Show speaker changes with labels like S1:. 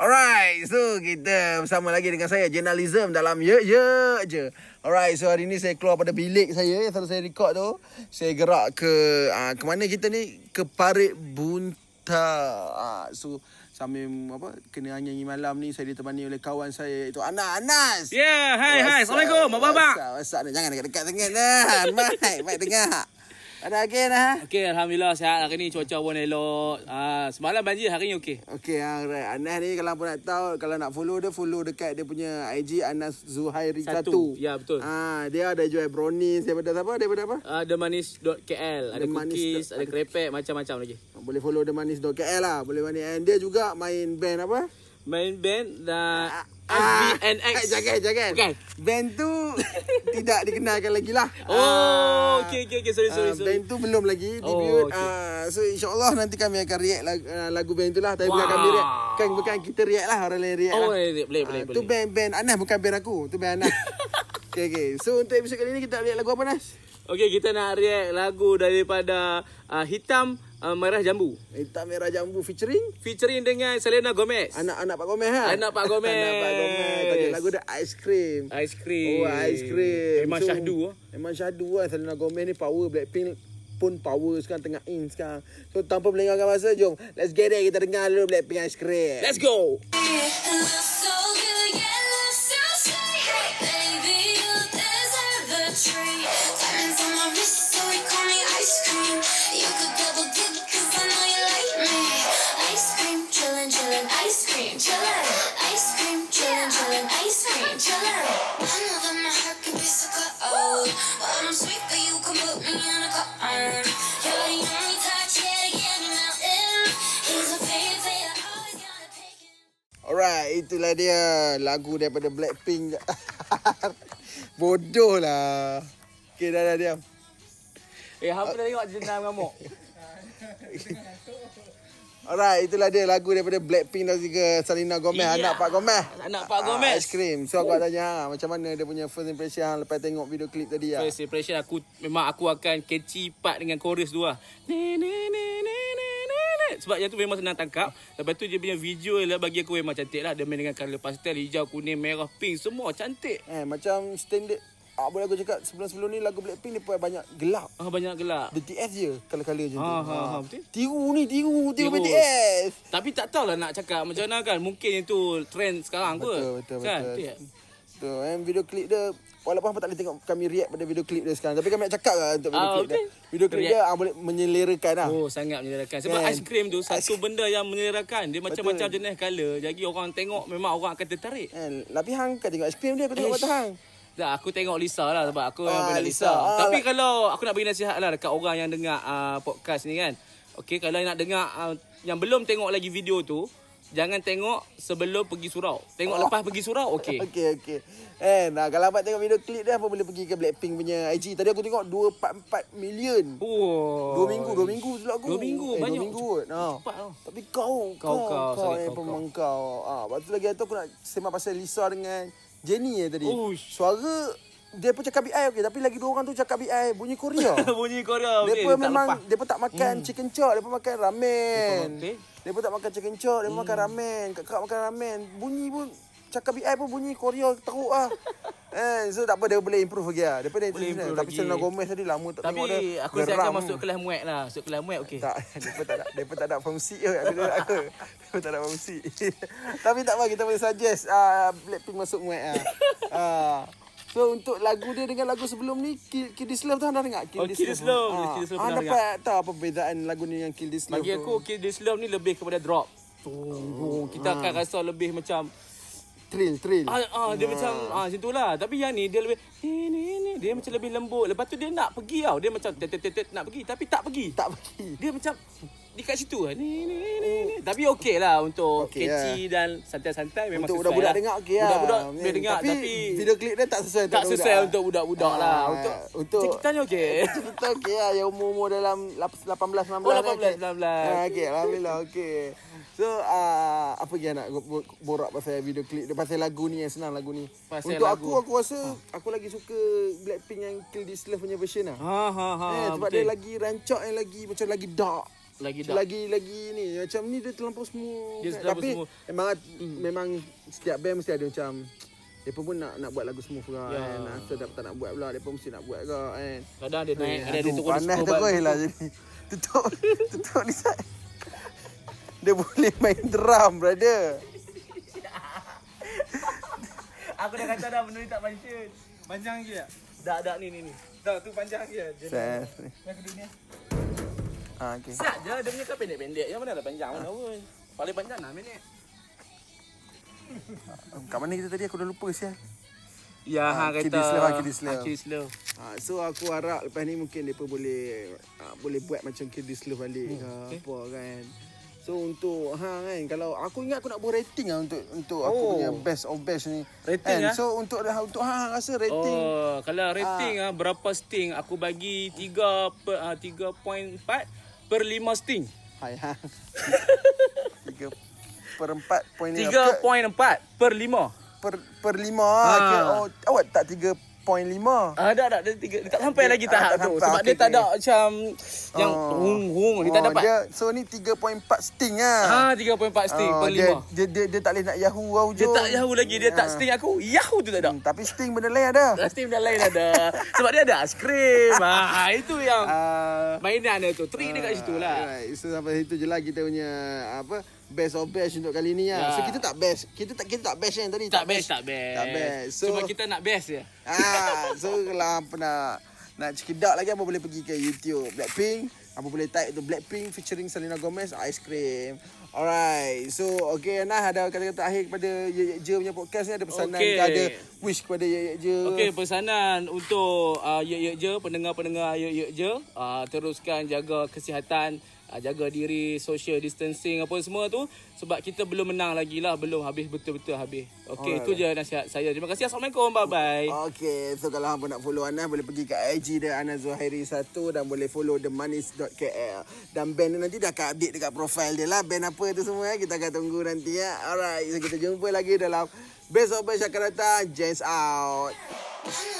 S1: Alright, so kita bersama lagi dengan saya Journalism dalam Ye Ye Je Alright, so hari ni saya keluar pada bilik saya yang selalu saya record tu Saya gerak ke, uh, ke mana kita ni? Ke Parit Bunta uh, So, sambil apa, kena nyanyi malam ni saya ditemani oleh kawan saya iaitu Anas Anas
S2: Yeah, hai hai.
S1: What's up?
S2: Assalamualaikum.
S1: What's
S2: Apa-apa?
S1: up? What's up? Jangan dekat-dekat sangat lah Baik, baik dengar Ada lagi lah
S2: Okey, alhamdulillah sihat. Hari ni cuaca pun elok. Ah, semalam banjir, hari ni okey.
S1: Okay, ah, alright. Anas ni kalau pun nak tahu, kalau nak follow dia, follow dekat dia punya IG Anas Zuhairi
S2: Satu.
S1: satu.
S2: Ya, betul.
S1: Ah, dia ada jual brownies daripada apa? Daripada apa?
S2: Ah, themanis.kl, ada
S1: Themanis
S2: cookies,
S1: dot-
S2: ada kerepek, macam-macam lagi.
S1: Boleh follow The Manis KL lah. Boleh manis. And dia juga main band apa?
S2: Main band dan
S1: Ah,
S2: FBNX.
S1: eh, jangan, jangan.
S2: Bukan.
S1: Band tu tidak dikenalkan lagi lah.
S2: Oh,
S1: Ah,
S2: okey okey okey. Sorry sorry
S1: ah,
S2: sorry.
S1: Band tu belum lagi
S2: Oh,
S1: debut.
S2: okey.
S1: Ah, so insyaAllah nanti kami akan react lagu, ah, lagu band tu lah. Tapi bukan
S2: Wow.
S1: kami react. Kan, bukan kita react lah. Orang lain react lah.
S2: Oh, boleh boleh boleh.
S1: Ah, Tu
S2: boleh.
S1: band-band Anas bukan band aku. Tu band Anas. okay, okay. So untuk episod kali ni kita nak lihat lagu apa Anas?
S2: Okey, kita nak react lagu daripada ah, Hitam ah, Merah Jambu
S1: Hitam Merah Jambu Eh, featuring
S2: featuring dengan Selena Gomez.
S1: anak-anak Pak Gomez ha?
S2: Anak Pak Gomez.
S1: anak Pak Gomez. Tajuk lagu dia Ice Cream.
S2: Ice cream.
S1: Oh, Ice Cream.
S2: Memang
S1: So,
S2: syahdu ah.
S1: Memang syahdu lah. Selena Gomez ni power. Blackpink pun power sekarang tengah in sekarang. So tanpa melengahkan masa, jom. Let's get it. Kita dengar dulu Blackpink Ice Cream.
S2: Let's go.
S3: I'm sweet, but you can put me in a cone. You're the only touch yet again, and I'm in. He's a baby, I always gotta pick him.
S1: Alright, itulah dia lagu daripada Blackpink. Bodoh lah. Okay, dah dah diam.
S2: Eh, hang pernah tengok jenam ngamuk.
S1: Alright, itulah dia lagu daripada Blackpink dan juga Selena Gomez,
S2: Yeah.
S1: anak Pak Gomez.
S2: Anak Pak Gomez.
S1: Ah, ice cream. So aku nak tanya, ah, macam mana dia punya first impression hang lepas tengok video klip tadi ah?
S2: First impression aku memang aku akan catchy part dengan chorus tu lah. Ni, ni, ni, ni, ni, ni, ni. Sebab yang tu memang senang tangkap. Lepas tu dia punya visual lah bagi aku memang cantik lah. Dia main dengan colour pastel, hijau, kuning, merah, pink. Semua cantik.
S1: Eh, macam standard ah, boleh aku cakap sebelum-sebelum ni lagu Blackpink dia pun banyak gelap.
S2: Ah, banyak gelak.
S1: BTS je kala-kala macam tu.
S2: Ha, ha,
S1: Ah.
S2: ha, betul.
S1: Tiru ni, tiru, tiru,
S2: Tiru.
S1: BTS.
S2: Tapi tak tahulah nak cakap macam mana kan. Mungkin itu trend sekarang kot.
S1: Betul, betul,
S2: kan?
S1: betul.
S2: Betul.
S1: Tu, and video klip dia Walaupun hang tak boleh tengok kami react pada video klip dia sekarang Tapi kami nak cakap lah untuk video
S2: Ah,
S1: klip
S2: okey.
S1: dia Video klip
S2: React.
S1: dia hang boleh menyelerakan lah
S2: Oh sangat menyelerakan Sebab
S1: Kan?
S2: ice cream tu Satu benda yang menyelerakan Dia macam-macam
S1: Betul.
S2: jenis colour Jadi orang tengok Memang orang akan tertarik
S1: Kan, tapi hang kan tengok aiskrim dia, aku tengok
S2: Ish.
S1: mata hang.
S2: Tak, aku tengok Lisa lah sebab aku
S1: Ah,
S2: memang minat
S1: Lisa.
S2: Lisa.
S1: Ah,
S2: Tapi
S1: lah.
S2: kalau aku nak bagi nasihat lah dekat orang yang dengar uh, podcast ni kan. Okey, kalau nak dengar uh, yang belum tengok lagi video tu, jangan tengok sebelum pergi surau. Tengok
S1: Oh.
S2: oh. lepas pergi surau, okey.
S1: Okey, okey. Eh, nah, kalau abang tengok video klip dia, apa boleh pergi ke Blackpink punya IG. Tadi aku tengok 244 million.
S2: Oh.
S1: Dua minggu, dua minggu tu aku.
S2: Dua minggu,
S1: eh,
S2: banyak.
S1: Dua minggu kot. Ha.
S2: Cepat tau.
S1: Tapi kau,
S2: Kau,
S1: kau,
S2: kau,
S1: kau,
S2: sorry,
S1: yang
S2: kau,
S1: pemang kau. Ah, lepas tu lagi tu aku nak sembang pasal Lisa dengan Jenny eh tadi.
S2: Uish.
S1: Suara dia pun cakap BI okey, tapi lagi dua orang tu cakap BI bunyi Korea.
S2: Bunyi Korea.
S1: Depa
S2: okey, tak lepas. Hmm.
S1: memang depa tak makan chicken chop, depa makan ramen.
S2: Depa makan-
S1: Depa tak makan chicken chop,
S2: Hmm.
S1: depa makan ramen. Kakak makan ramen. Bunyi pun cakap BI pun bunyi Korea teruk ah. eh, so tak apa dia boleh improve lagi ah. Depa dia
S2: Boleh improve
S1: tapi
S2: lagi.
S1: Selena Gomez tadi lama tak
S2: Tapi
S1: tengok dia.
S2: aku siapkan
S1: Geram.
S2: masuk kelas muat lah. Masuk kelas muat, okey.
S1: Eh. Tak, depa tak ada depa tak ada fungsi ke aku tengok aku. Depa tak ada fungsi. Tapi tak apa kita boleh suggest ah Blackpink masuk muat ah. Ah. So untuk lagu dia dengan lagu sebelum ni Kill, Kill This Love tu anda dengar
S2: Oh, Kill This Love. Kill This Love
S1: anda
S2: pernah
S1: dapat tahu apa perbezaan lagu ni dengan Kill This Love
S2: Bagi
S1: tu?
S2: aku, okay, this love ni lebih kepada drop. Tunggu.
S1: Ah.
S2: Kita akan rasa lebih macam
S1: Thrill, thrill
S2: Ah, ah dia macam ah macam itulah. Tapi yang ni dia lebih ni ni ni dia macam lebih lembut. Lepas tu dia nak pergi tau. Dia macam tet tet tet, tet nak pergi tapi tak pergi.
S1: Tak pergi
S2: Dia macam di kat situ lah. Ni, ni, ni, ni. Tapi okey lah untuk
S1: Okey
S2: okay,
S1: lah.
S2: catchy dan santai-santai memang
S1: Untuk
S2: sesuai
S1: budak-budak
S2: lah.
S1: dengar okey lah.
S2: Budak-budak
S1: Ni,
S2: boleh dengar tapi,
S1: video klip dia tak sesuai
S2: tak
S1: budak-budak
S2: sesuai
S1: lah.
S2: untuk budak-budak lah.
S1: Ah,
S2: Untuk,
S1: untuk
S2: kita ni okey.
S1: Untuk kita okey lah yang umur-umur dalam lap- 18 19
S2: Oh,
S1: Ha
S2: 18, 19.
S1: kan, okey alhamdulillah okey. So uh, apa lagi nak bo- bo- borak pasal video klip dia pasal lagu ni yang senang lagu ni.
S2: Pasal
S1: untuk
S2: lagu.
S1: aku aku rasa aku lagi suka Blackpink yang Kill This Love punya version lah.
S2: Ha ha ha.
S1: eh, sebab
S2: betul.
S1: dia lagi rancak yang lagi macam lagi dark.
S2: lagi
S1: Macam
S2: dah.
S1: lagi lagi ni macam ni dia terlampau semua.
S2: Dia terlampau Hmm.
S1: Tapi
S2: smooth.
S1: memang memang setiap band mesti ada macam depa pun nak nak buat lagu smooth ke
S2: Ya.
S1: yeah. kan. Asal tak, tak nak buat pula depa mesti nak buat ke kan.
S2: Kadang dia naik, ada dia
S1: Aduh,
S2: turun
S1: Panas
S2: sepuluh
S1: terus
S2: bal.
S1: lah jadi. Tutup tutup ni Sat. Dia boleh main drum brother.
S4: Aku dah kata dah benda ni tak pancut. Panjang lagi tak?
S2: Dak dak ni ni ni.
S4: Dah tu panjang lagi lah. Jadi
S1: Sat.
S4: yang kedua ni.
S1: Ah okey.
S2: Tak je dia punya kan pendek-pendek. Yang mana dah panjang mana pun. Paling panjang 6 minit.
S1: Kat mana kita tadi aku dah lupa sial.
S2: Ya,
S1: Ah,
S2: ha,
S1: Kid
S2: kata.
S1: Islam, ah, Kid Islam.
S2: Ah, Kid Islam.
S1: Ha, so aku harap lepas ni mungkin depa boleh ha, boleh buat macam Kill This Love balik
S2: Hmm,
S1: ke okay. apa kan. So untuk ha kan kalau aku ingat aku nak buat rating lah untuk untuk oh. aku
S2: Oh.
S1: punya best of best ni. Kan,
S2: Rating, ah?
S1: So untuk untuk ha rasa rating
S2: Oh, kalau rating ah berapa sting? Aku bagi 3 per ah, 3.4 per 5 sting.
S1: hai ha. 3 per 4 poin ni.
S2: 3.4 per 5.
S1: per per 5 ha.
S2: Ah.
S1: okay. oh, awak tak 3.5.
S2: Ah, dah, dah, dia, tiga, dia tak sampai lagi
S1: Ah,
S2: tahap
S1: tak
S2: tu.
S1: sampai,
S2: Sebab
S1: okey,
S2: dia tak
S1: okey.
S2: ada macam yang
S1: Oh.
S2: hung-hung. Dia tak
S1: Oh,
S2: dapat.
S1: Dia, so ni 3.4 sting ah.
S2: Ah, 3.4 sting
S1: Ah,
S2: per 5.
S1: dia, dia, dia, dia tak boleh nak Yahoo kau Ah.
S2: Dia tak Yahoo lagi. Dia tak sting aku. Yahoo tu tak ada.
S1: Hmm, tapi sting benda lain ada.
S2: Sting dah lain ada. Sebab dia ada aiskrim. Ah, itu yang
S1: Ah, ya.
S2: mainan dia tu. Trick dia kat situ lah.
S1: Alright, so sampai situ je lah kita punya apa best of best untuk kali ni lah.
S2: Ya.
S1: So kita tak best. Kita tak kita tak best yang tadi.
S2: Tak best, tak best.
S1: Tak best. So-
S2: Cuma kita nak best je.
S1: Ah, so kalau apa nak nak cekedak lagi apa boleh pergi ke YouTube Blackpink. Apa boleh type tu Blackpink featuring Selena Gomez Ice Cream. Alright. So okay Nah ada kata-kata akhir kepada Ye Ye Je punya podcast ni ada pesanan
S2: Okey.
S1: ke ada wish kepada Ye Ye Je.
S2: Okey, pesanan untuk uh, Ye Ye Je, pendengar-pendengar Ye Ye Je, uh, teruskan jaga kesihatan, uh, jaga diri, social distancing apa semua tu sebab kita belum menang lagi lah, belum habis betul-betul habis. Okey, itu je nasihat saya. Terima kasih. Assalamuaikum. Bye-bye.
S1: Okay, so kalau hangpa nak follow Anas boleh pergi ke IG dia Anas Zuhairi 1 dan boleh follow themanis.kl. Dan band ni nanti dah akan update dekat profile dia lah band apa tu semua eh. kita akan tunggu nanti ya. Alright, so kita jumpa lagi dalam Best of Best akan datang. James out.
S3: I know Oh,